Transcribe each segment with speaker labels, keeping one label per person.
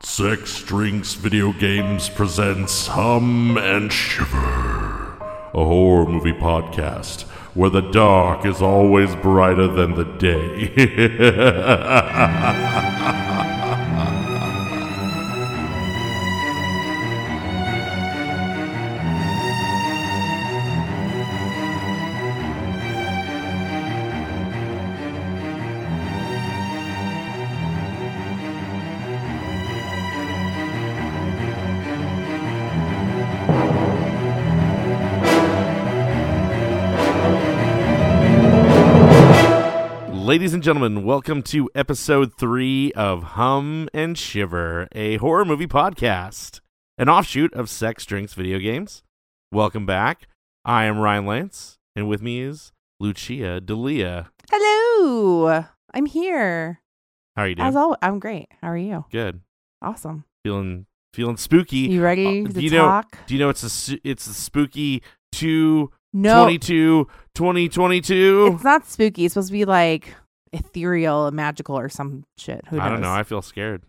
Speaker 1: Sex Drinks Video Games presents Hum and Shiver, a horror movie podcast where the dark is always brighter than the day.
Speaker 2: Ladies and gentlemen, welcome to episode three of Hum and Shiver, a horror movie podcast, an offshoot of Sex, Drinks, Video Games. Welcome back. I am Ryan Lance, and with me is Lucia D'Elia.
Speaker 3: Hello. I'm here.
Speaker 2: How are you doing?
Speaker 3: As always, I'm great. How are you?
Speaker 2: Good.
Speaker 3: Awesome.
Speaker 2: Feeling feeling spooky.
Speaker 3: You ready
Speaker 2: Uh,
Speaker 3: to
Speaker 2: you know-
Speaker 3: talk?
Speaker 2: Do you know it's a su- it's a spooky two
Speaker 3: no.
Speaker 2: twenty two twenty twenty two?
Speaker 3: It's not spooky. It's supposed to be like ethereal and magical or some shit. Who knows?
Speaker 2: I don't know. I feel scared.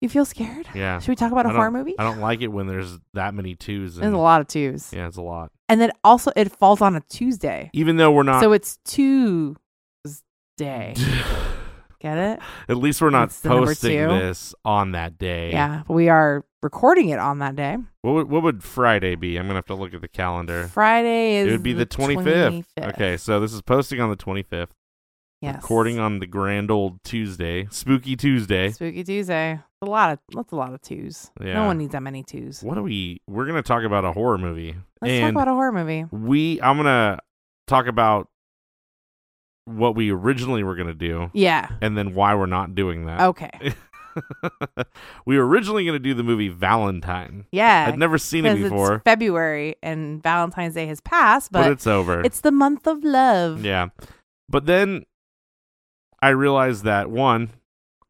Speaker 3: you feel scared?
Speaker 2: Yeah.
Speaker 3: Should we talk about a
Speaker 2: I
Speaker 3: horror
Speaker 2: don't-
Speaker 3: movie?
Speaker 2: I don't like it when there's that many twos.
Speaker 3: There's
Speaker 2: And,
Speaker 3: a lot of twos.
Speaker 2: Yeah, it's a lot.
Speaker 3: And then also it falls on a Tuesday.
Speaker 2: Even though we're not
Speaker 3: So it's Tuesday. Get it?
Speaker 2: At least we're not
Speaker 3: It's the number
Speaker 2: posting
Speaker 3: two.
Speaker 2: this on that day.
Speaker 3: Yeah. But we are recording it on that day.
Speaker 2: What would, what would Friday be? I'm gonna have to look at the calendar.
Speaker 3: Friday is
Speaker 2: It would be the 25th.
Speaker 3: 25th.
Speaker 2: Okay, so this is posting on the 25th.
Speaker 3: Yes.
Speaker 2: Recording on the grand old Tuesday, spooky Tuesday.
Speaker 3: Spooky Tuesday. A lot of that's a lot of twos.
Speaker 2: Yeah.
Speaker 3: No one needs that many twos.
Speaker 2: What do we? We're gonna talk about a horror movie,
Speaker 3: Let's
Speaker 2: and
Speaker 3: talk about a horror movie.
Speaker 2: we. I'm gonna talk about what we originally were gonna do,
Speaker 3: Yeah.
Speaker 2: and then why we're not doing that.
Speaker 3: Okay.
Speaker 2: we were originally gonna do the movie Valentine.
Speaker 3: Yeah.
Speaker 2: I'd never seen it
Speaker 3: 'cause it's
Speaker 2: before,
Speaker 3: February and Valentine's Day has passed,
Speaker 2: but
Speaker 3: but,
Speaker 2: it's over.
Speaker 3: it's, the month of love.
Speaker 2: Yeah. But then I realized that one,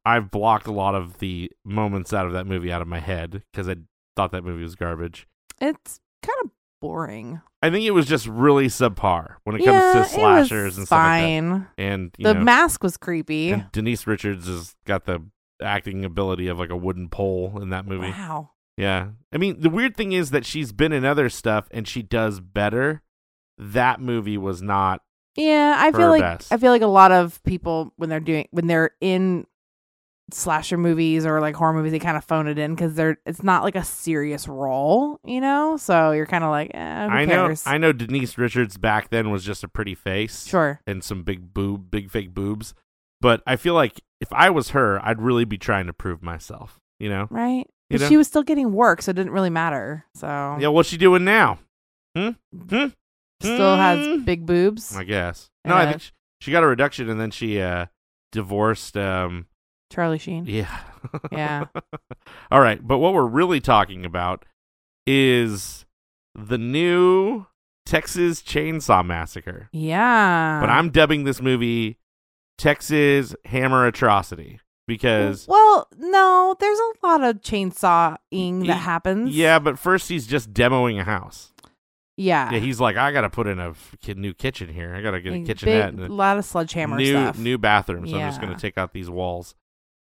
Speaker 2: I've blocked a lot of the moments out of that movie out of my head because I thought that movie was garbage.
Speaker 3: It's kind of boring.
Speaker 2: I think it was just really subpar when it comes to slashers and stuff like
Speaker 3: fine.
Speaker 2: that. And you
Speaker 3: The
Speaker 2: know,
Speaker 3: mask was creepy.
Speaker 2: and Denise Richards has got the acting ability of like a wooden pole in that movie.
Speaker 3: Wow.
Speaker 2: Yeah. I mean, the weird thing is that she's been in other stuff and she does better. That movie was not
Speaker 3: Yeah, I
Speaker 2: Her
Speaker 3: feel like
Speaker 2: best.
Speaker 3: I feel like a lot of people when they're doing when they're in slasher movies or like horror movies, they kind of phone it in because they're it's not like a serious role, you know. So you're kind of like, eh, who
Speaker 2: I know
Speaker 3: cares?
Speaker 2: I know Denise Richards back then was just a pretty face.
Speaker 3: sure.
Speaker 2: and some big boob, big fake boobs. But I feel like if I was her, I'd really be trying to prove myself. You know?
Speaker 3: right?
Speaker 2: You
Speaker 3: But
Speaker 2: know?
Speaker 3: she was still getting work, so it didn't really matter. So
Speaker 2: Yeah. What's she doing now?
Speaker 3: still has
Speaker 2: Mm.
Speaker 3: big boobs.
Speaker 2: I guess. No, I
Speaker 3: Yeah.
Speaker 2: think she, she got a reduction and then she uh divorced. Um.
Speaker 3: Charlie Sheen.
Speaker 2: Yeah.
Speaker 3: Yeah.
Speaker 2: All right. But what we're really talking about is the new Texas Chainsaw Massacre.
Speaker 3: Yeah.
Speaker 2: But I'm dubbing this movie Texas Hammer Atrocity because
Speaker 3: well, no, there's a lot of chainsawing
Speaker 2: Y-
Speaker 3: that happens.
Speaker 2: Yeah, but first he's just demoing a house.
Speaker 3: Yeah.
Speaker 2: Yeah, he's like, I gotta put in a f- ki- new kitchen here. I gotta get a
Speaker 3: Like,
Speaker 2: kitchenette
Speaker 3: big-
Speaker 2: and
Speaker 3: lot of
Speaker 2: a
Speaker 3: sledgehammer
Speaker 2: new
Speaker 3: stuff.
Speaker 2: new bathroom. So I'm just gonna
Speaker 3: Yeah.
Speaker 2: take out these walls.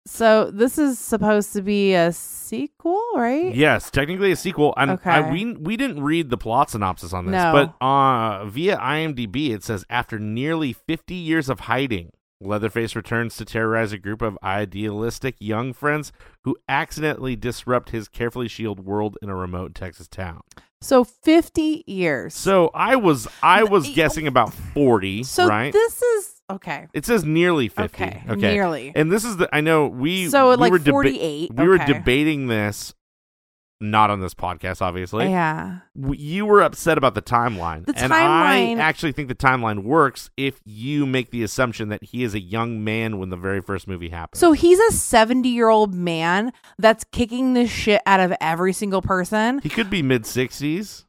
Speaker 3: So this is supposed to be a sequel, right?
Speaker 2: Yes, technically a sequel. And I,
Speaker 3: Okay.
Speaker 2: we we didn't read the plot synopsis on this,
Speaker 3: No.
Speaker 2: but uh, via IMDb it says after nearly 50 years of hiding, Leatherface returns to terrorize a group of idealistic young friends who accidentally disrupt his carefully shielded world in a remote Texas town.
Speaker 3: So 50 years.
Speaker 2: So I was I was
Speaker 3: Th-
Speaker 2: guessing about 40,
Speaker 3: So
Speaker 2: right?
Speaker 3: this is okay.
Speaker 2: It says nearly 50.
Speaker 3: Okay. Nearly.
Speaker 2: And this is the I know we
Speaker 3: so
Speaker 2: we
Speaker 3: like
Speaker 2: were deba-
Speaker 3: 48.
Speaker 2: we were
Speaker 3: okay.
Speaker 2: debating this not on this podcast obviously.
Speaker 3: Yeah.
Speaker 2: W- You were upset about the timeline.
Speaker 3: The
Speaker 2: and
Speaker 3: timeline-
Speaker 2: I actually think the timeline works if you make the assumption that he is a young man when the very first movie happens.
Speaker 3: So he's a 70 year old man that's kicking the shit out of every single person.
Speaker 2: he could be mid 60s.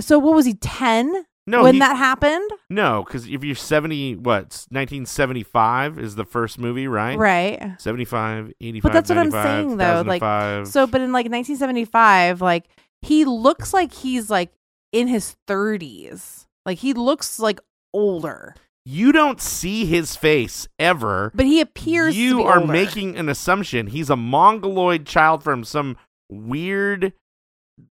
Speaker 3: So what was he 10
Speaker 2: No,
Speaker 3: when
Speaker 2: he-
Speaker 3: that happened?
Speaker 2: no, because if you're 70, what, 1975 is the first movie, right?
Speaker 3: Right.
Speaker 2: 75, 85,
Speaker 3: But that's what I'm
Speaker 2: 95,
Speaker 3: saying, though, like,
Speaker 2: 2005.
Speaker 3: So but in like 1975, like he looks like he's like in his 30s. Like he looks like older.
Speaker 2: You don't see his face ever.
Speaker 3: But he appears to
Speaker 2: you
Speaker 3: be
Speaker 2: are
Speaker 3: older.
Speaker 2: making an assumption. He's a mongoloid child from some weird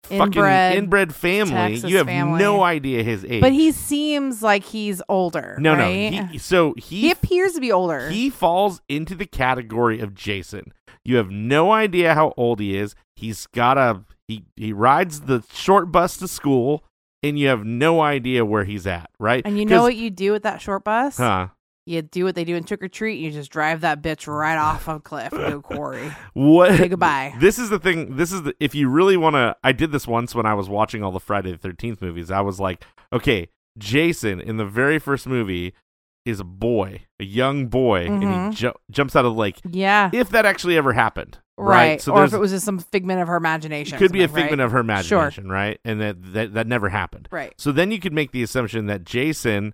Speaker 3: Inbred
Speaker 2: fucking inbred family.
Speaker 3: Texas
Speaker 2: you have
Speaker 3: family.
Speaker 2: no idea his age.
Speaker 3: But he seems like he's older.
Speaker 2: no,
Speaker 3: right?
Speaker 2: no. He, so
Speaker 3: He
Speaker 2: he
Speaker 3: appears to be older.
Speaker 2: he falls into the category of Jason. You have no idea how old he is. He's got a he he rides the short bus to school, and you have no idea where he's at. Right?
Speaker 3: and you know
Speaker 2: 'Cause-
Speaker 3: what you do with that short bus?
Speaker 2: Huh.
Speaker 3: You do what they do in Trick or Treat. You just drive that bitch right off a cliff into a quarry.
Speaker 2: What?
Speaker 3: Say goodbye.
Speaker 2: This is the thing. This is the, if you really want to. I did this once when I was watching all the Friday the Thirteenth movies. I was like, okay, Jason in the very first movie is a boy, a young boy, and
Speaker 3: Mhm.
Speaker 2: he ju- jumps out of the lake.
Speaker 3: Yeah.
Speaker 2: If that actually ever happened,
Speaker 3: right.
Speaker 2: right? So
Speaker 3: or
Speaker 2: there's
Speaker 3: if it was just some figment of her imagination.
Speaker 2: it
Speaker 3: or
Speaker 2: could be a
Speaker 3: something,
Speaker 2: figment
Speaker 3: right?
Speaker 2: of her
Speaker 3: Sure.
Speaker 2: imagination, right? And that, that that never happened.
Speaker 3: Right.
Speaker 2: So then you could make the assumption that Jason,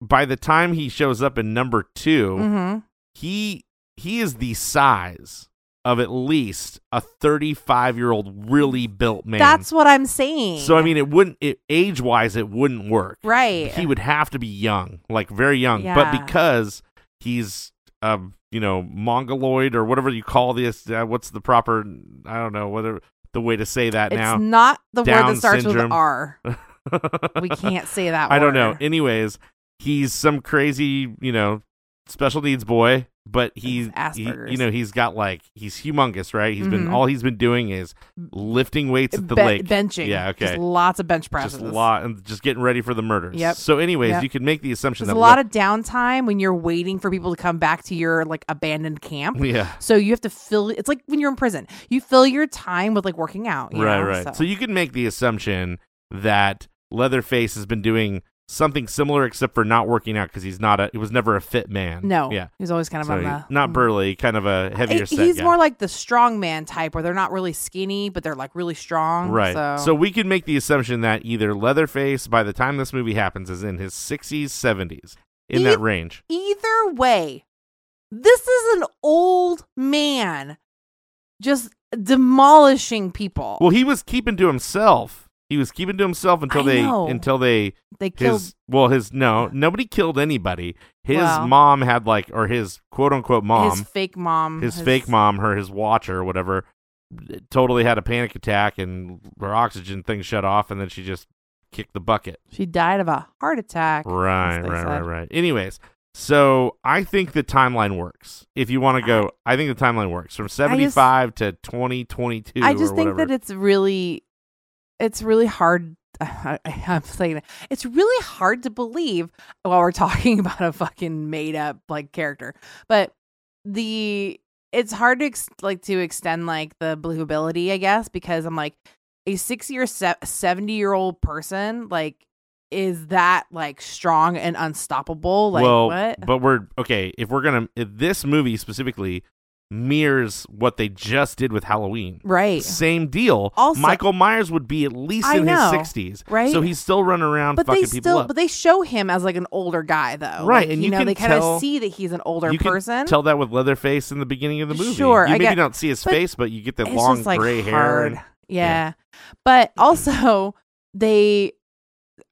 Speaker 2: by the time he shows up in number 2
Speaker 3: Mm-hmm.
Speaker 2: he he is the size of at least a 35 year old really built man
Speaker 3: That's what I'm saying.
Speaker 2: so i mean it wouldn't it, age wise it wouldn't work
Speaker 3: right.
Speaker 2: he would have to be young like very young but
Speaker 3: Yeah.
Speaker 2: because he's um you know mongoloid or whatever you call this uh, what's the proper i don't know whether the way to say that
Speaker 3: it's
Speaker 2: now
Speaker 3: not the word
Speaker 2: Down
Speaker 3: that starts
Speaker 2: syndrome.
Speaker 3: with R. We can't say that.
Speaker 2: I don't know.
Speaker 3: word.
Speaker 2: Anyways, he's some crazy, you know, special needs boy, but he's
Speaker 3: It's
Speaker 2: he-
Speaker 3: Asperger's.
Speaker 2: you know, he's got like he's humongous, right? He's been
Speaker 3: Mhm.
Speaker 2: all he's been doing is lifting weights at the
Speaker 3: Be-
Speaker 2: lake.
Speaker 3: Benching.
Speaker 2: Yeah, okay.
Speaker 3: Just lots of bench presses.
Speaker 2: Just lot and just getting ready for the murders.
Speaker 3: Yep.
Speaker 2: So anyways,
Speaker 3: Yep.
Speaker 2: you could make the assumption
Speaker 3: There's a
Speaker 2: that
Speaker 3: lot of downtime when you're waiting for people to come back to your like abandoned camp.
Speaker 2: yeah.
Speaker 3: So you have to fill. It's like when you're in prison, you fill your time with like working out. you
Speaker 2: Right,
Speaker 3: know?
Speaker 2: right. So.
Speaker 3: So,
Speaker 2: you could make the assumption that Leatherface has been doing something similar except for not working out because he's not a he was never a fit man.
Speaker 3: no,
Speaker 2: Yeah.
Speaker 3: he's always kind of
Speaker 2: So
Speaker 3: on
Speaker 2: he-
Speaker 3: the hmm. mm.
Speaker 2: not burly, kind of a
Speaker 3: He-
Speaker 2: heavier set
Speaker 3: he's
Speaker 2: guy.
Speaker 3: more like the strongman type, where they're not really skinny, but they're like really strong.
Speaker 2: Right.
Speaker 3: So,
Speaker 2: we could make the assumption that either Leatherface, by the time this movie happens, is in his 60s, 70s, in
Speaker 3: He-
Speaker 2: that range.
Speaker 3: either way, this is an old man just demolishing people.
Speaker 2: Well, he was keeping to himself. He was keeping to himself until
Speaker 3: I
Speaker 2: they
Speaker 3: know.
Speaker 2: until they
Speaker 3: they killed.
Speaker 2: his well his no nobody killed anybody. His
Speaker 3: Well.
Speaker 2: mom had like or his quote unquote
Speaker 3: his
Speaker 2: mom,
Speaker 3: fake mom,
Speaker 2: his, fake mom, her his watcher or whatever, totally had a panic attack and her oxygen thing shut off and then she just kicked the bucket.
Speaker 3: She died of a heart attack.
Speaker 2: Right,
Speaker 3: as they
Speaker 2: right,
Speaker 3: said.
Speaker 2: right, right. Anyways, so I think the timeline works. If you want to go,
Speaker 3: Ah.
Speaker 2: I think the timeline works from 75 to 2022.
Speaker 3: I just
Speaker 2: or
Speaker 3: think
Speaker 2: whatever.
Speaker 3: that it's really, it's really hard. I, am saying it. It's really hard to believe while we're talking about a fucking made up like character, but the it's hard to ex- like to extend like the believability, I guess, because I'm like a sixty or seventy year old person like. Is that like strong and unstoppable? Like
Speaker 2: well,
Speaker 3: what?
Speaker 2: but we're okay. If we're gonna, if this movie specifically mirrors what they just did with Halloween.
Speaker 3: Right.
Speaker 2: Same deal.
Speaker 3: Also-
Speaker 2: Michael Myers would be at least
Speaker 3: I
Speaker 2: in
Speaker 3: know,
Speaker 2: his 60s,
Speaker 3: right?
Speaker 2: So he's still running around
Speaker 3: but
Speaker 2: fucking
Speaker 3: they
Speaker 2: people
Speaker 3: still
Speaker 2: up.
Speaker 3: but they show him as like an older guy though
Speaker 2: Right,
Speaker 3: Like,
Speaker 2: and
Speaker 3: you,
Speaker 2: you
Speaker 3: know
Speaker 2: can
Speaker 3: they kind
Speaker 2: tell-
Speaker 3: of see that he's an older
Speaker 2: you can
Speaker 3: person
Speaker 2: tell that with Leatherface in the beginning of the movie.
Speaker 3: Sure,
Speaker 2: you
Speaker 3: I
Speaker 2: maybe
Speaker 3: get-
Speaker 2: don't see his
Speaker 3: but
Speaker 2: face, but you get that
Speaker 3: it's
Speaker 2: long
Speaker 3: just like
Speaker 2: gray hair.
Speaker 3: hard
Speaker 2: and-
Speaker 3: yeah. but also they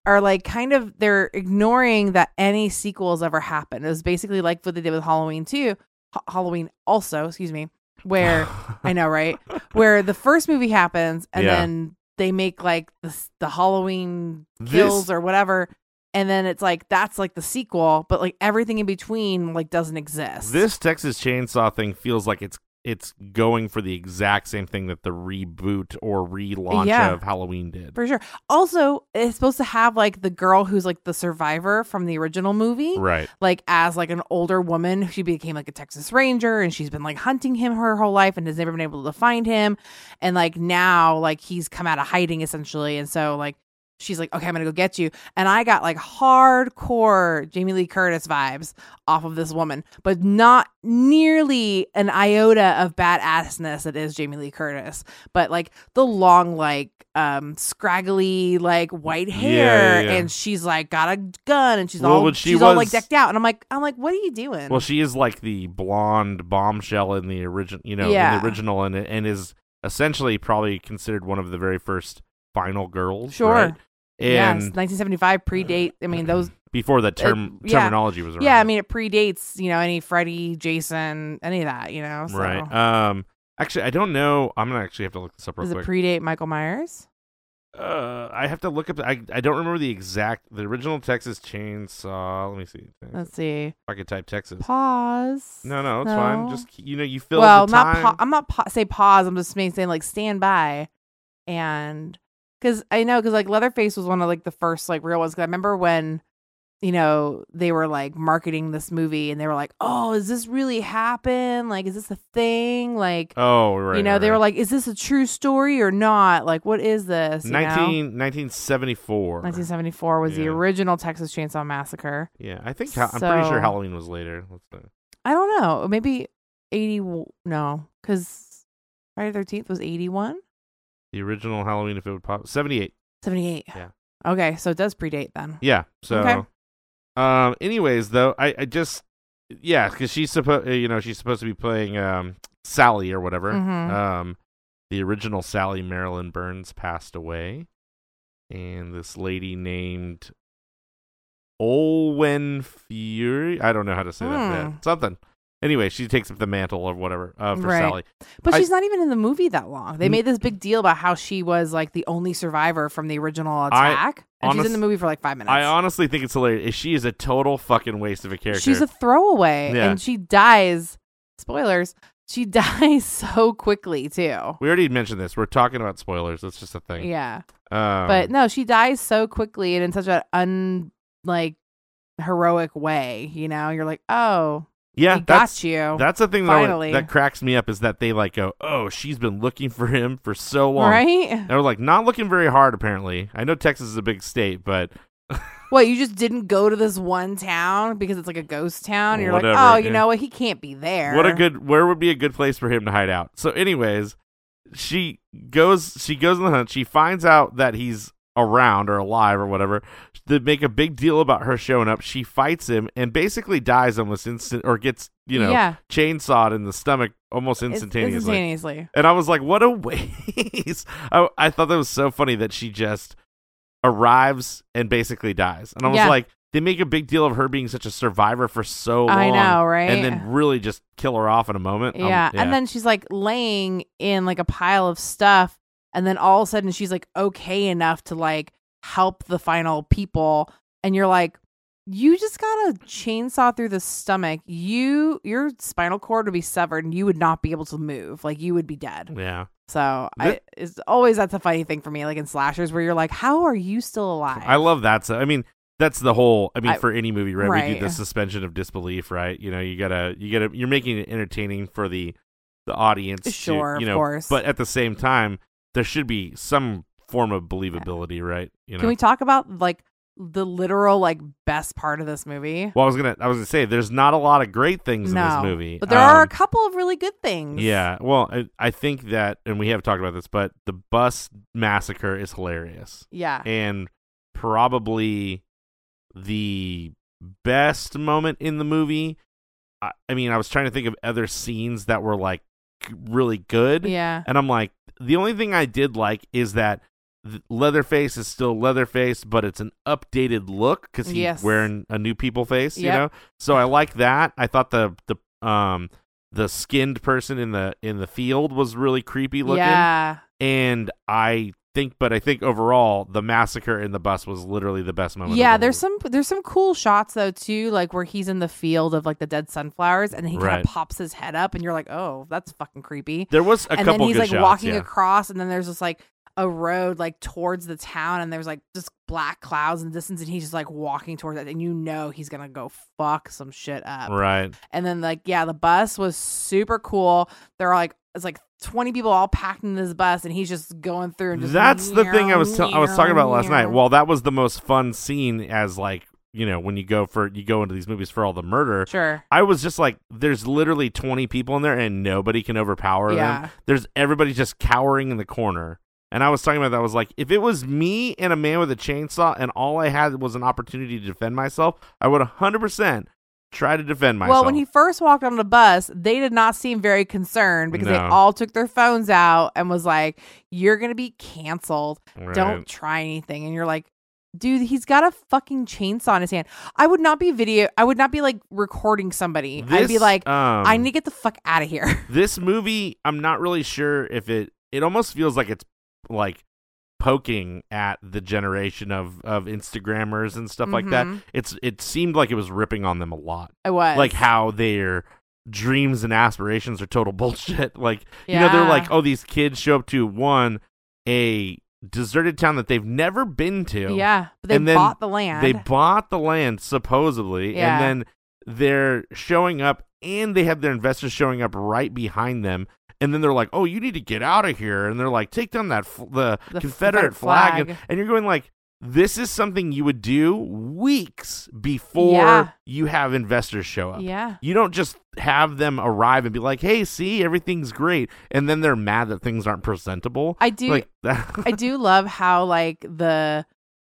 Speaker 3: are like kind of they're ignoring that any sequels ever happened it was basically like what they did with halloween too Ha- halloween also excuse me where i know right where the first movie happens and
Speaker 2: Yeah.
Speaker 3: then they make like the, s- the halloween
Speaker 2: This-
Speaker 3: kills or whatever and then it's like that's like the sequel but like everything in between like doesn't exist
Speaker 2: This Texas Chainsaw thing feels like it's it's going for the exact same thing that the reboot or relaunch
Speaker 3: Yeah.
Speaker 2: of Halloween did.
Speaker 3: for sure also it's supposed to have like the girl who's like the survivor from the original movie
Speaker 2: Right.
Speaker 3: like as like an older woman she became like a texas ranger and she's been like hunting him her whole life and has never been able to find him and like now like he's come out of hiding essentially and so like she's like okay i'm gonna go get you and i got like hardcore jamie lee curtis vibes off of this woman but not nearly an iota of badassness that is jamie lee curtis but like the long like um scraggly like white hair
Speaker 2: yeah.
Speaker 3: and she's like got a gun and she's
Speaker 2: Well,
Speaker 3: all
Speaker 2: when she
Speaker 3: she's all like
Speaker 2: was-
Speaker 3: decked out and i'm like i'm like what are you doing
Speaker 2: Well, she is like the blonde bombshell in the original, you know, in
Speaker 3: Yeah.
Speaker 2: the original, and and is essentially probably considered one of the very first final girls.
Speaker 3: Sure.
Speaker 2: right?
Speaker 3: yes
Speaker 2: And Uh,
Speaker 3: 1975 predate i mean those
Speaker 2: before that term
Speaker 3: It- yeah.
Speaker 2: terminology was around.
Speaker 3: Yeah, I mean it predates, you know, any Freddy, Jason, any of that, you know. So
Speaker 2: right. Um, actually, I don't know. I'm gonna actually have to look this up real
Speaker 3: Does it
Speaker 2: quick.
Speaker 3: predate Michael Myers?
Speaker 2: uh, I have to look up. I I don't remember the exact the original Texas Chainsaw. Let me see. If
Speaker 3: Let's see.
Speaker 2: I could type Texas.
Speaker 3: Pause.
Speaker 2: No, no, it's fine.
Speaker 3: No.
Speaker 2: Just you know, you fill
Speaker 3: Well,
Speaker 2: the
Speaker 3: not um,
Speaker 2: time.
Speaker 3: pa- I'm not pa- say pause. I'm just saying saying, like stand by, and because I know because like Leatherface was one of like the first like real ones. Because I remember when you know they were like marketing this movie and they were like, oh, is this really happen? Like, is this a thing? Like,
Speaker 2: oh, right.
Speaker 3: you know, they
Speaker 2: right.
Speaker 3: were like, is this a true story or not? Like, what is this? You know?
Speaker 2: 19, 1974.
Speaker 3: 1974 was the
Speaker 2: Yeah.
Speaker 3: original Texas Chainsaw Massacre.
Speaker 2: Yeah, I think ha- I'm pretty
Speaker 3: So-
Speaker 2: sure Halloween was later. Let's see.
Speaker 3: I don't know. Maybe 80. w- No, because Friday the 13th was 81.
Speaker 2: The original Halloween, if it would pop, seventy eight.
Speaker 3: 78.
Speaker 2: Yeah.
Speaker 3: Okay, so it does predate then.
Speaker 2: Yeah. So,
Speaker 3: Okay.
Speaker 2: um, anyways, though, I, I just, yeah, because she's supposed, you know, she's supposed to be playing um Sally or whatever.
Speaker 3: Mhm.
Speaker 2: Um, the original Sally Marilyn Burns passed away, and this lady named Olwen Fury. I don't know how to say that.
Speaker 3: Hmm.
Speaker 2: but Something. Anyway, she takes up the mantle or whatever uh, for
Speaker 3: Right.
Speaker 2: Sally.
Speaker 3: But
Speaker 2: I-
Speaker 3: she's not even in the movie that long. They
Speaker 2: N-
Speaker 3: made this big deal about how she was like the only survivor from the original
Speaker 2: I-
Speaker 3: attack. and she's in
Speaker 2: honest-
Speaker 3: the movie for like five minutes.
Speaker 2: I honestly think it's hilarious. She is a total fucking waste of a character.
Speaker 3: she's a throwaway
Speaker 2: Yeah.
Speaker 3: and she dies. Spoilers. She dies so quickly too.
Speaker 2: we already mentioned this. We're talking about spoilers. That's just a thing.
Speaker 3: Yeah.
Speaker 2: Um,
Speaker 3: but no, she dies so quickly and in such an un like heroic way, you know? You're like, oh,
Speaker 2: yeah,
Speaker 3: we
Speaker 2: that's
Speaker 3: got you.
Speaker 2: that's the thing that, I-
Speaker 3: Finally.
Speaker 2: that cracks me up is that they like go, oh, she's been looking for him for so long.
Speaker 3: right?
Speaker 2: They were like not looking very hard apparently. I know Texas is a big state, but
Speaker 3: What you just didn't go to this one town because it's like a ghost town. and You're
Speaker 2: Whatever,
Speaker 3: like, oh, you
Speaker 2: yeah.
Speaker 3: know what? He can't be there.
Speaker 2: what a good where would be a good place for him to hide out. So, anyways, she goes she goes on the hunt. She finds out that he's around or alive or whatever. They make a big deal about her showing up. She fights him and basically dies almost instant or gets you know
Speaker 3: yeah,
Speaker 2: chainsawed in the stomach almost
Speaker 3: it's-
Speaker 2: instantaneously.
Speaker 3: instantaneously.
Speaker 2: And I was like, what a waste. I, I thought that was so funny that she just arrives and basically dies. And I was
Speaker 3: Yeah.
Speaker 2: like, they make a big deal of her being such a survivor for so long.
Speaker 3: I know, right?
Speaker 2: And then really just kill her off in a moment. Um,
Speaker 3: yeah. and then she's like laying in like a pile of stuff, and then all of a sudden she's like okay enough to like help the final people, and you're like, you just got a chainsaw through the stomach. You your spinal cord would be severed, and you would not be able to move. Like you would be dead.
Speaker 2: Yeah.
Speaker 3: So
Speaker 2: Th-
Speaker 3: I, it's always that's a funny thing for me, like in slashers, where you're like, "How are you still alive?"
Speaker 2: I love that. So, I mean, that's the whole. I mean,
Speaker 3: I-
Speaker 2: for any movie, right? We do the
Speaker 3: right.
Speaker 2: suspension of disbelief, right? You know, you gotta, you gotta, you're making it entertaining for the, the audience. to-
Speaker 3: Sure,
Speaker 2: you
Speaker 3: of
Speaker 2: know,
Speaker 3: course.
Speaker 2: But at the same time, there should be some form of believability, right? You know.
Speaker 3: Can we talk about like the literal like best part of this movie?
Speaker 2: well, I was gonna, I was gonna say, there's not a lot of great things in
Speaker 3: No,
Speaker 2: this movie,
Speaker 3: But there are a
Speaker 2: Um,
Speaker 3: couple of really good things.
Speaker 2: Yeah, well, I, I think that, and we have talked about this, but the bus massacre is hilarious.
Speaker 3: Yeah.
Speaker 2: and probably the best moment in the movie. I, I mean, I was trying to think of other scenes that were like g- really good,
Speaker 3: Yeah.
Speaker 2: and I'm like, the only thing I did like is that th- Leatherface is still Leatherface, but it's an updated look because he's
Speaker 3: Yes.
Speaker 2: wearing a new people face, you
Speaker 3: Yep.
Speaker 2: know. So I like that. I thought the the um the skinned person in the in the field was really creepy looking
Speaker 3: Yeah.
Speaker 2: and I think, but I think overall, the massacre in the bus was literally the best moment. of
Speaker 3: Yeah,
Speaker 2: the
Speaker 3: there's
Speaker 2: whole-
Speaker 3: some there's some cool shots though too, like where he's in the field of like the dead sunflowers and then he kind of
Speaker 2: Right.
Speaker 3: pops his head up and you're like, "Oh, that's fucking creepy."
Speaker 2: There was a
Speaker 3: and
Speaker 2: couple
Speaker 3: then he's
Speaker 2: good
Speaker 3: like
Speaker 2: shots.
Speaker 3: walking
Speaker 2: yeah.
Speaker 3: across and then there's just like a road like towards the town and there's like just black clouds in the distance and he's just like walking towards it and you know he's gonna go fuck some shit up
Speaker 2: right.
Speaker 3: and then like yeah the bus was super cool there are like it's like 20 people all packed in this bus and he's just going through and just
Speaker 2: That's the thing I was tell- I was talking about last night.
Speaker 3: meow.
Speaker 2: Well, that was the most fun scene as like you know when you go for you go into these movies for all the murder.
Speaker 3: sure
Speaker 2: I was just like, there's literally 20 people in there and nobody can overpower
Speaker 3: Yeah.
Speaker 2: them. There's everybody just cowering in the corner. And I was talking about that. I was like, if it was me and a man with a chainsaw and all I had was an opportunity to defend myself, I would 100% try to defend myself.
Speaker 3: well when he first walked on the bus they did not seem very concerned because they
Speaker 2: No.
Speaker 3: all took their phones out and was like you're gonna be canceled
Speaker 2: Right.
Speaker 3: don't try anything and you're like Dude, he's got a fucking chainsaw in his hand. I would not be video. I would not be like recording somebody. I'd be
Speaker 2: This,
Speaker 3: like,
Speaker 2: um,
Speaker 3: I need to get the fuck out of here.
Speaker 2: this movie i'm not really sure if it it almost feels like it's like poking at the generation of of instagrammers and stuff like that
Speaker 3: Mhm.
Speaker 2: it's it seemed like it was ripping on them a lot
Speaker 3: I was
Speaker 2: like how their dreams and aspirations are total bullshit like you know they're
Speaker 3: Yeah.
Speaker 2: like oh these kids show up to one a deserted town that they've never been to
Speaker 3: yeah, but they
Speaker 2: and then
Speaker 3: bought the land.
Speaker 2: they bought the land supposedly,
Speaker 3: Yeah.
Speaker 2: and then they're showing up, and they have their investors showing up right behind them. And then they're like, "Oh, you need to get out of here!" And they're like, "Take down that fl- the, Confederate
Speaker 3: The Confederate
Speaker 2: flag,", And,
Speaker 3: flag.
Speaker 2: and you're going like, "This is something you would do weeks before
Speaker 3: Yeah.
Speaker 2: you have investors show up.
Speaker 3: yeah,
Speaker 2: You don't just have them arrive and be like, "Hey, see, everything's great," and then they're mad that things aren't presentable.
Speaker 3: I do.
Speaker 2: like
Speaker 3: I do love how like the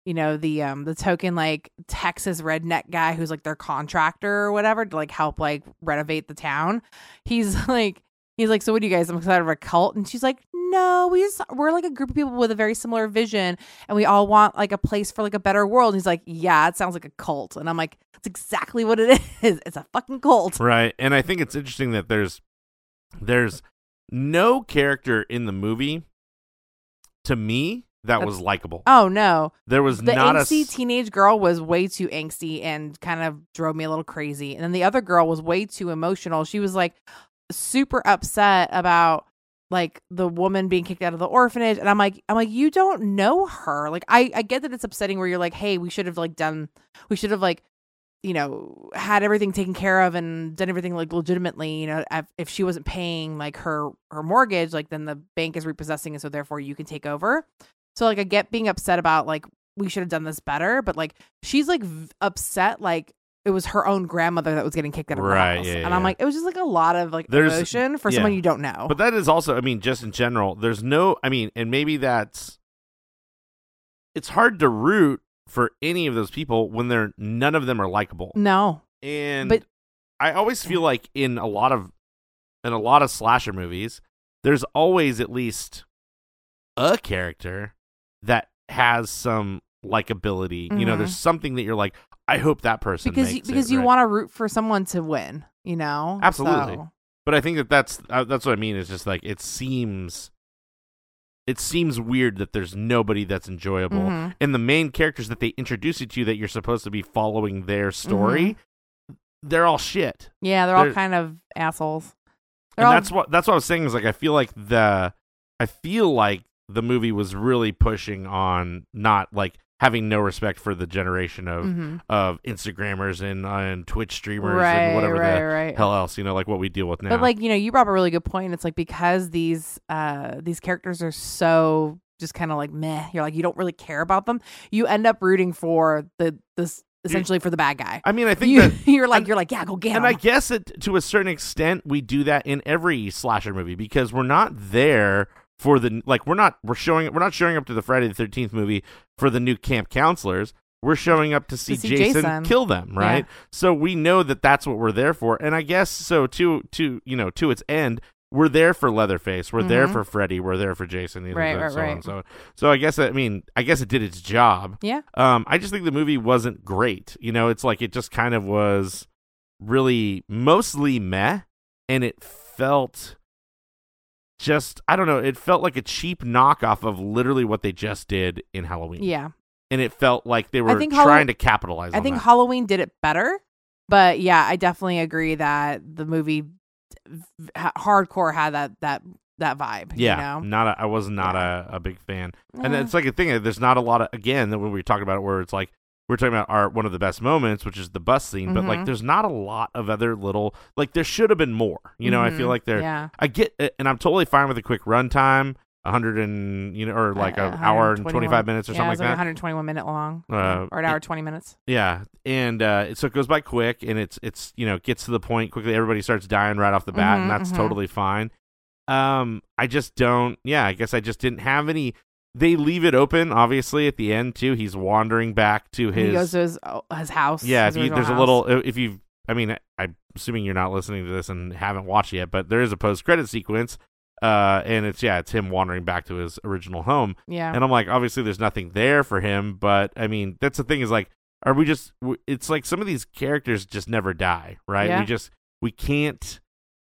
Speaker 3: you know the um the token like Texas redneck guy who's like their contractor or whatever to like help like renovate the town. He's like he's like so what do you guys I'm excited of a cult and she's like no we just we're like a group of people with a very similar vision and we all want like a place for like a better world and he's like yeah it sounds like a cult and I'm like that's exactly what it is it's a fucking cult
Speaker 2: Right. And I think it's interesting that there's there's no character in the movie to me that was likable.
Speaker 3: oh no
Speaker 2: There was
Speaker 3: the
Speaker 2: not a
Speaker 3: angsty
Speaker 2: s-
Speaker 3: teenage girl was way too angsty and kind of drove me a little crazy. And then the other girl was way too emotional. She was like super upset about like the woman being kicked out of the orphanage. And I'm like, I'm like, you don't know her. Like, I I get that it's upsetting where you're like, hey, we should have like done, we should have like, you know, had everything taken care of and done everything like legitimately. You know, if, if she wasn't paying like her her mortgage, like then the bank is repossessing, and so therefore you can take over. So like, I get being upset about like we should have done this better. But like she's like v- upset like it was her own grandmother that was getting kicked out of her
Speaker 2: Right,
Speaker 3: house.
Speaker 2: yeah,
Speaker 3: and I'm
Speaker 2: yeah.
Speaker 3: like, it was just like a lot of like
Speaker 2: There's-
Speaker 3: emotion for
Speaker 2: yeah.
Speaker 3: someone you don't know.
Speaker 2: But that is also I mean just in general there's no I mean and maybe that's it's hard to root for any of those people when they're none of them are likable.
Speaker 3: no.
Speaker 2: And
Speaker 3: But- Mm.
Speaker 2: I always feel like in a lot of in a lot of slasher movies, there's always at least a character that has some likability. You know,
Speaker 3: Mhm.
Speaker 2: there's something that you're like, I hope that person
Speaker 3: Because you,
Speaker 2: makes it,
Speaker 3: because you
Speaker 2: right?
Speaker 3: want to root for someone to win, you know?
Speaker 2: Absolutely.
Speaker 3: So,
Speaker 2: But I think that that's uh, that's what I mean. Is just like it seems. It seems weird that there's nobody that's enjoyable,
Speaker 3: mhm.
Speaker 2: and the main characters that they introduce you to that you're supposed to be following their story,
Speaker 3: Mm-hmm.
Speaker 2: they're all shit.
Speaker 3: Yeah, they're all
Speaker 2: There's-
Speaker 3: kind of assholes. They're
Speaker 2: and
Speaker 3: all-
Speaker 2: that's what that's what I was saying is like I feel like the I feel like the movie was really pushing on not like having no respect for the generation of
Speaker 3: mhm.
Speaker 2: of Instagrammers and uh, and Twitch streamers
Speaker 3: right,
Speaker 2: and whatever
Speaker 3: right,
Speaker 2: the
Speaker 3: right.
Speaker 2: hell else you know like what we deal with now.
Speaker 3: But like you know, you brought up a really good point. It's like because these uh these characters are so just kind of like meh. You're like you don't really care about them. You end up rooting for the this essentially for the bad guy.
Speaker 2: I mean I think
Speaker 3: You,
Speaker 2: that
Speaker 3: you're like
Speaker 2: and-
Speaker 3: you're like yeah, go get him.
Speaker 2: and I guess it to a certain extent we do that in every slasher movie because we're not there for the like we're not we're showing we're not showing up to the Friday the Thirteenth movie for the new camp counselors. We're showing up to see,
Speaker 3: see
Speaker 2: Jason,
Speaker 3: Jason.
Speaker 2: kill them, right? So we know that that's what we're there for, and I guess so. To to you know to its end, we're there for Leatherface, we're there
Speaker 3: Mhm.
Speaker 2: for Freddy, we're there for Jason, you know,
Speaker 3: Right, right,
Speaker 2: so on
Speaker 3: right.
Speaker 2: and so on. So I guess I mean I guess it did its job.
Speaker 3: yeah,
Speaker 2: Um, I just think the movie wasn't great. You know, it's like it just kind of was really mostly meh, and it felt just I don't know. It felt like a cheap knockoff of literally what they just did in Halloween.
Speaker 3: yeah.
Speaker 2: and it felt like they were
Speaker 3: think
Speaker 2: trying
Speaker 3: Hallow-
Speaker 2: to capitalize.
Speaker 3: I
Speaker 2: on
Speaker 3: think
Speaker 2: that.
Speaker 3: Halloween did it better, but yeah, I definitely agree that the movie v- ha- hardcore had that that that vibe.
Speaker 2: yeah,
Speaker 3: you know? Eh,
Speaker 2: not a, I was not a, a big fan. And it's like a thing. uh, There's not a lot of again that when we were talking about it, where it's like we're talking about our one of the best moments, which is the bus scene. But like,
Speaker 3: Mhm.
Speaker 2: there's not a lot of other little like there should have been more. You know, I feel
Speaker 3: Mhm.
Speaker 2: like there.
Speaker 3: yeah,
Speaker 2: I get, it, and I'm totally fine with a quick runtime, a hundred and you know, or like
Speaker 3: Uh,
Speaker 2: an hour and
Speaker 3: 121
Speaker 2: twenty five minutes or
Speaker 3: yeah,
Speaker 2: something
Speaker 3: it
Speaker 2: like
Speaker 3: was like,
Speaker 2: that.
Speaker 3: 121 minute long,
Speaker 2: Uh,
Speaker 3: or an hour 20 minutes.
Speaker 2: yeah, and uh, it- so it goes by quick, and it's it's you know gets to the point quickly. Everybody starts dying right off the bat,
Speaker 3: Mhm,
Speaker 2: and that's
Speaker 3: mhm.
Speaker 2: totally fine. Um, I just don't. Yeah, I guess I just didn't have any. They leave it open, obviously, at the end too. He's wandering back to
Speaker 3: he
Speaker 2: his.
Speaker 3: goes to his oh, his house.
Speaker 2: Yeah,
Speaker 3: his
Speaker 2: if you,
Speaker 3: original
Speaker 2: there's a
Speaker 3: house.
Speaker 2: little. If you, I mean, I- I'm assuming you're not listening to this and haven't watched it yet, but there is a post credit sequence. Uh, and it's yeah, it's him wandering back to his original home.
Speaker 3: Yeah.
Speaker 2: And I'm like, obviously, there's nothing there for him. But I mean, that's the thing is like, are we just? w- It's like some of these characters just never die, right?
Speaker 3: Yeah.
Speaker 2: We just we can't.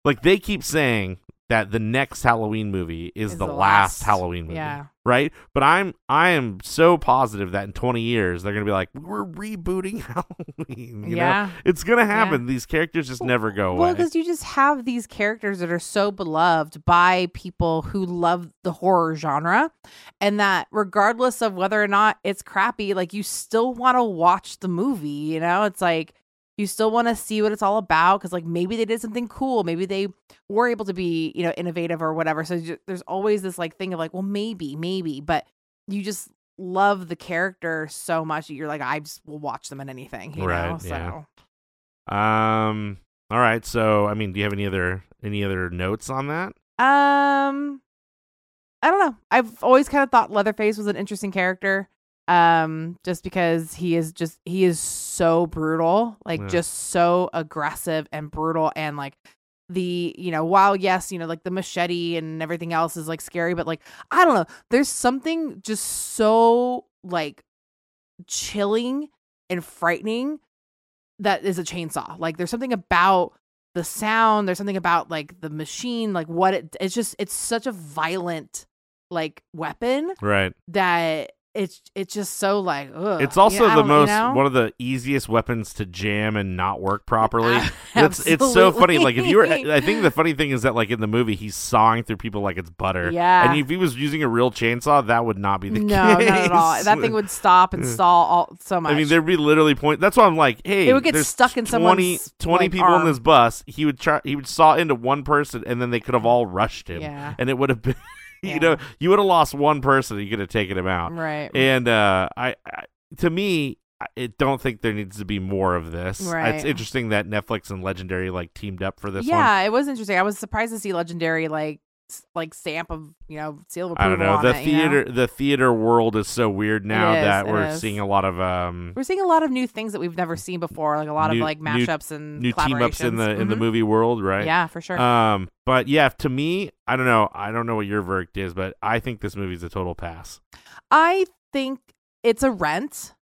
Speaker 2: Like they keep saying that the next Halloween movie is, the, last, Halloween movie,
Speaker 3: Yeah.
Speaker 2: right? But I'm I am so positive that in 20 years they're gonna be like, we're rebooting Halloween. You know?
Speaker 3: yeah.
Speaker 2: it's gonna happen. These characters just never go
Speaker 3: Well,
Speaker 2: away.
Speaker 3: because you just have these characters that are so beloved by people who love the horror genre, and that regardless of whether or not it's crappy, like you still want to watch the movie. You know, it's like you still want to see what it's all about because, like, maybe they did something cool, maybe they were able to be, you know, innovative or whatever. So ju- there's always this like thing of like, well, maybe, maybe, but you just love the character so much that you're like, I just will watch them in anything. You Know?
Speaker 2: Right,
Speaker 3: So.
Speaker 2: yeah. Um. All right. So, I mean, do you have any other any other notes on that?
Speaker 3: Um, I don't know. I've always kind of thought Leatherface was an interesting character. Um, just because he is just he is so brutal, like
Speaker 2: Yeah.
Speaker 3: just so aggressive and brutal, and like the you know while yes you know like the machete and everything else is like scary, but like I don't know, there's something just so like chilling and frightening that is a chainsaw. Like there's something about the sound, there's something about like the machine, like what it it's just it's such a violent like weapon
Speaker 2: Right.
Speaker 3: that it's it's just so like ugh.
Speaker 2: It's also
Speaker 3: Uh, Yeah, I
Speaker 2: the
Speaker 3: don't- you
Speaker 2: most
Speaker 3: know?
Speaker 2: one of the easiest weapons to jam and not work properly.
Speaker 3: Ah,
Speaker 2: That's it's so funny. Like if you were,
Speaker 3: absolutely.
Speaker 2: I think the funny thing is that like in the movie he's sawing through people like it's butter.
Speaker 3: Yeah.
Speaker 2: And if he was using a real chainsaw, that would not be the
Speaker 3: no,
Speaker 2: case.
Speaker 3: not at all. That thing would stop and stall all so much.
Speaker 2: I mean, there'd be literally point. That's why I'm like, hey,
Speaker 3: It would get
Speaker 2: there's
Speaker 3: stuck in
Speaker 2: 20,
Speaker 3: someone's,
Speaker 2: 20
Speaker 3: like,
Speaker 2: people
Speaker 3: arm.
Speaker 2: in this bus. He would try. He would saw into one person, and then they could have all rushed him.
Speaker 3: Mm. Yeah.
Speaker 2: and it would have been, you
Speaker 3: Yeah.
Speaker 2: know, you would have lost one person. You could have taken him out.
Speaker 3: right.
Speaker 2: And uh, I, I, to me, I- I don't think there needs to be more of this. It's
Speaker 3: Right.
Speaker 2: interesting that Netflix and Legendary like teamed up for this one.
Speaker 3: yeah, it was interesting. I was surprised to see legendary like s- like stamp of you know seal of
Speaker 2: I
Speaker 3: approval
Speaker 2: don't know.
Speaker 3: on
Speaker 2: The
Speaker 3: it, you know?
Speaker 2: theater, the theater world is so weird now
Speaker 3: is,
Speaker 2: that
Speaker 3: it
Speaker 2: we're
Speaker 3: is.
Speaker 2: seeing a lot of um,
Speaker 3: We're seeing a lot of new things that we've never seen before, like a lot
Speaker 2: New-
Speaker 3: of like
Speaker 2: new-
Speaker 3: mashups and
Speaker 2: new team ups in the in the
Speaker 3: collaborations. Mhm.
Speaker 2: movie world, right?
Speaker 3: Yeah, for sure.
Speaker 2: Um, but yeah, to me, I don't know. I don't know what your verdict is, but I think this movie's a total pass.
Speaker 3: I think it's a rent.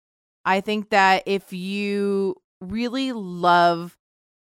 Speaker 3: I think that if you really love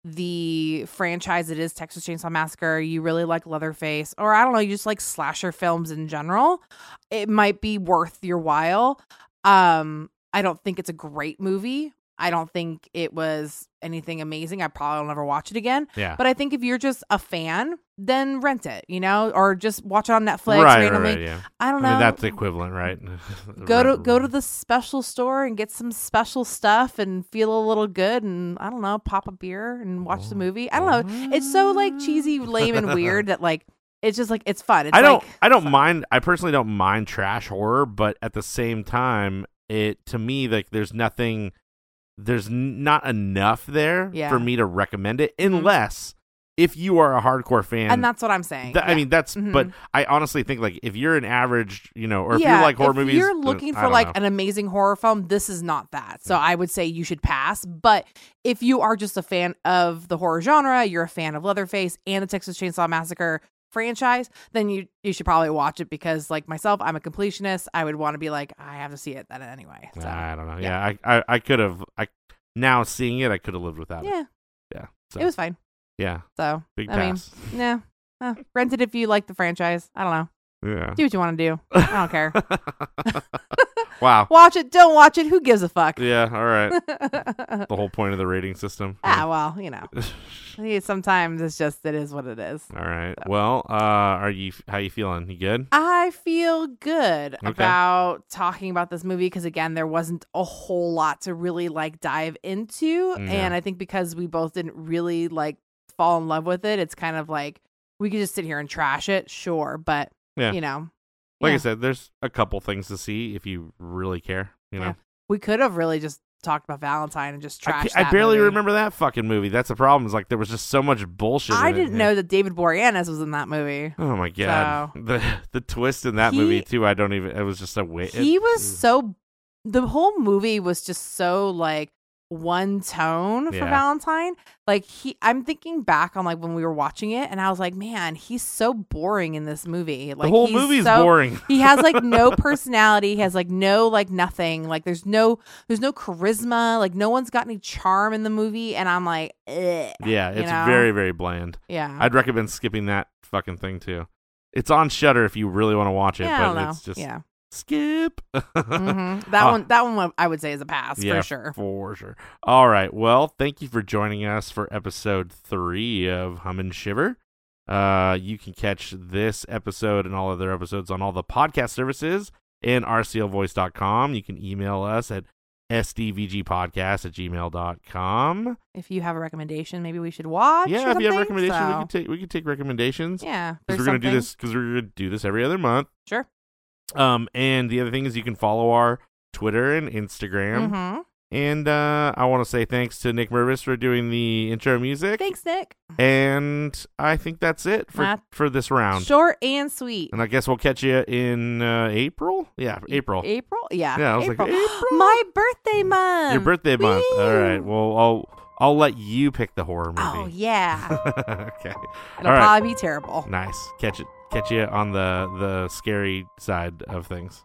Speaker 3: the franchise it is Texas Chainsaw Massacre, you really like Leatherface, or I don't know, you just like slasher films in general, it might be worth your while. Um, I don't think it's a great movie. I don't think it was anything amazing. I probably will never watch it again.
Speaker 2: Yeah.
Speaker 3: But I think if you're just a fan, then rent it, you know, or just watch it on Netflix
Speaker 2: right, right,
Speaker 3: randomly.
Speaker 2: right, yeah.
Speaker 3: I don't
Speaker 2: I
Speaker 3: know
Speaker 2: mean, that's the equivalent, right?
Speaker 3: go to
Speaker 2: Right.
Speaker 3: go to the special store and get some special stuff and feel a little good and I don't know, pop a beer and watch the
Speaker 2: Oh.
Speaker 3: movie. I don't know. It's so like cheesy, lame, and weird that like it's just like it's fun. It's
Speaker 2: I don't.
Speaker 3: like
Speaker 2: I don't mind. I personally don't mind trash horror, but at the same time, it to me like there's nothing. There's n- not enough there
Speaker 3: Yeah. Mm-hmm.
Speaker 2: for me to recommend it, unless if you are a hardcore fan.
Speaker 3: and that's what I'm saying.
Speaker 2: Th- I
Speaker 3: Yeah.
Speaker 2: mean, that's. But
Speaker 3: Mhm.
Speaker 2: I honestly think like if you're an average, you know, or if
Speaker 3: Yeah,
Speaker 2: you like horror movies,
Speaker 3: you're
Speaker 2: th-
Speaker 3: looking
Speaker 2: I
Speaker 3: for
Speaker 2: don't
Speaker 3: like
Speaker 2: know. Hmm.
Speaker 3: an amazing horror film, this is not that. So I would say you should pass. But if you are just a fan of the horror genre, you're a fan of Leatherface and the Texas Chainsaw Massacre franchise, then you you should probably watch it because like myself, I'm a completionist. I would want to be like, I have to see it then anyway. So
Speaker 2: I don't know. Yeah,
Speaker 3: yeah.
Speaker 2: I, I, I could have. I now seeing it, I could have lived without it.
Speaker 3: yeah,
Speaker 2: Yeah, so,
Speaker 3: it was fine.
Speaker 2: yeah,
Speaker 3: So
Speaker 2: big
Speaker 3: I mean,
Speaker 2: pass.
Speaker 3: yeah. Uh, rent it if you like the franchise. I don't know.
Speaker 2: yeah,
Speaker 3: Do what you want to do. I don't care.
Speaker 2: wow.
Speaker 3: Watch it. Don't watch it. Who gives a fuck?
Speaker 2: Yeah, all right. The whole point of the rating system.
Speaker 3: ah, well, you know.
Speaker 2: all
Speaker 3: Yeah, Sometimes it's just it is what it is.
Speaker 2: right. Well, uh, are you? How you feeling? You good?
Speaker 3: I feel good
Speaker 2: Okay.
Speaker 3: about talking about this movie because again, there wasn't a whole lot to really like dive into,
Speaker 2: No.
Speaker 3: and I think because we both didn't really like fall in love with it, it's kind of like we could just sit here and trash it, sure, but
Speaker 2: Yeah.
Speaker 3: you know,
Speaker 2: Like I
Speaker 3: yeah.
Speaker 2: said, there's a couple things to see if you really care. You know,
Speaker 3: Yeah. we could have really just talked about Valentine and just
Speaker 2: I
Speaker 3: trashed.
Speaker 2: ca- I,
Speaker 3: that
Speaker 2: barely
Speaker 3: movie.
Speaker 2: remember that fucking movie. That's the problem. Is like there was just so much bullshit.
Speaker 3: I
Speaker 2: in it.
Speaker 3: didn't
Speaker 2: Yeah.
Speaker 3: know that David Boreanaz was in that movie.
Speaker 2: Oh my god, the the twist in that
Speaker 3: He-
Speaker 2: movie too. I don't even. It mm. was just a way.
Speaker 3: he was so the whole movie was just so like one tone for
Speaker 2: Yeah.
Speaker 3: Valentine. Like he I'm thinking back on like when we were watching it and I was like, man, he's so boring in this movie. Like
Speaker 2: the whole
Speaker 3: he's
Speaker 2: movie's
Speaker 3: so,
Speaker 2: boring.
Speaker 3: he has like no personality. He has like no like nothing. Like there's no there's no charisma. Like no one's got any charm in the movie. And I'm like, Ugh.
Speaker 2: Yeah,
Speaker 3: you
Speaker 2: it's
Speaker 3: know?
Speaker 2: very very bland.
Speaker 3: yeah,
Speaker 2: I'd recommend skipping that fucking thing too. It's on Shutter if you really want to watch it,
Speaker 3: yeah, I
Speaker 2: but
Speaker 3: don't know.
Speaker 2: it's just
Speaker 3: yeah,
Speaker 2: skip.
Speaker 3: Mhm. that
Speaker 2: Uh,
Speaker 3: one that one I would say is a pass
Speaker 2: Yeah,
Speaker 3: for sure.
Speaker 2: For sure. All right. Well, thank you for joining us for episode three of Hum and Shiver. Uh, you can catch this episode and all other episodes on all the podcast services and rclvoice.com. You can email us at sdvgpodcast at gmail.com.
Speaker 3: If you have a recommendation, maybe we should watch.
Speaker 2: yeah,
Speaker 3: or
Speaker 2: if you have
Speaker 3: something.
Speaker 2: recommendations, we
Speaker 3: So,
Speaker 2: can take we can take recommendations.
Speaker 3: yeah,
Speaker 2: Because
Speaker 3: there's
Speaker 2: we're gonna do
Speaker 3: something.
Speaker 2: this because we're gonna do this every other month.
Speaker 3: Sure.
Speaker 2: Um, and the other thing is you can follow our Twitter and Instagram.
Speaker 3: hmm
Speaker 2: And uh, I want to say thanks to Nick Mervis for doing the intro music.
Speaker 3: Thanks, Nick.
Speaker 2: And I think that's it for,
Speaker 3: That-
Speaker 2: for this round.
Speaker 3: Short and sweet.
Speaker 2: And I guess we'll catch you in uh, April. Yeah, April.
Speaker 3: April. Yeah.
Speaker 2: Yeah, I was like,
Speaker 3: April.
Speaker 2: April.
Speaker 3: My birthday month.
Speaker 2: Your birthday month. All right.
Speaker 3: Woo.
Speaker 2: Well, I'll I'll let you pick the horror
Speaker 3: Oh
Speaker 2: movie.
Speaker 3: yeah.
Speaker 2: okay.
Speaker 3: It'll
Speaker 2: All right.
Speaker 3: probably be terrible.
Speaker 2: Nice. Catch it. Catch you on the the scary side of things.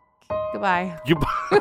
Speaker 3: Goodbye.
Speaker 2: Goodbye.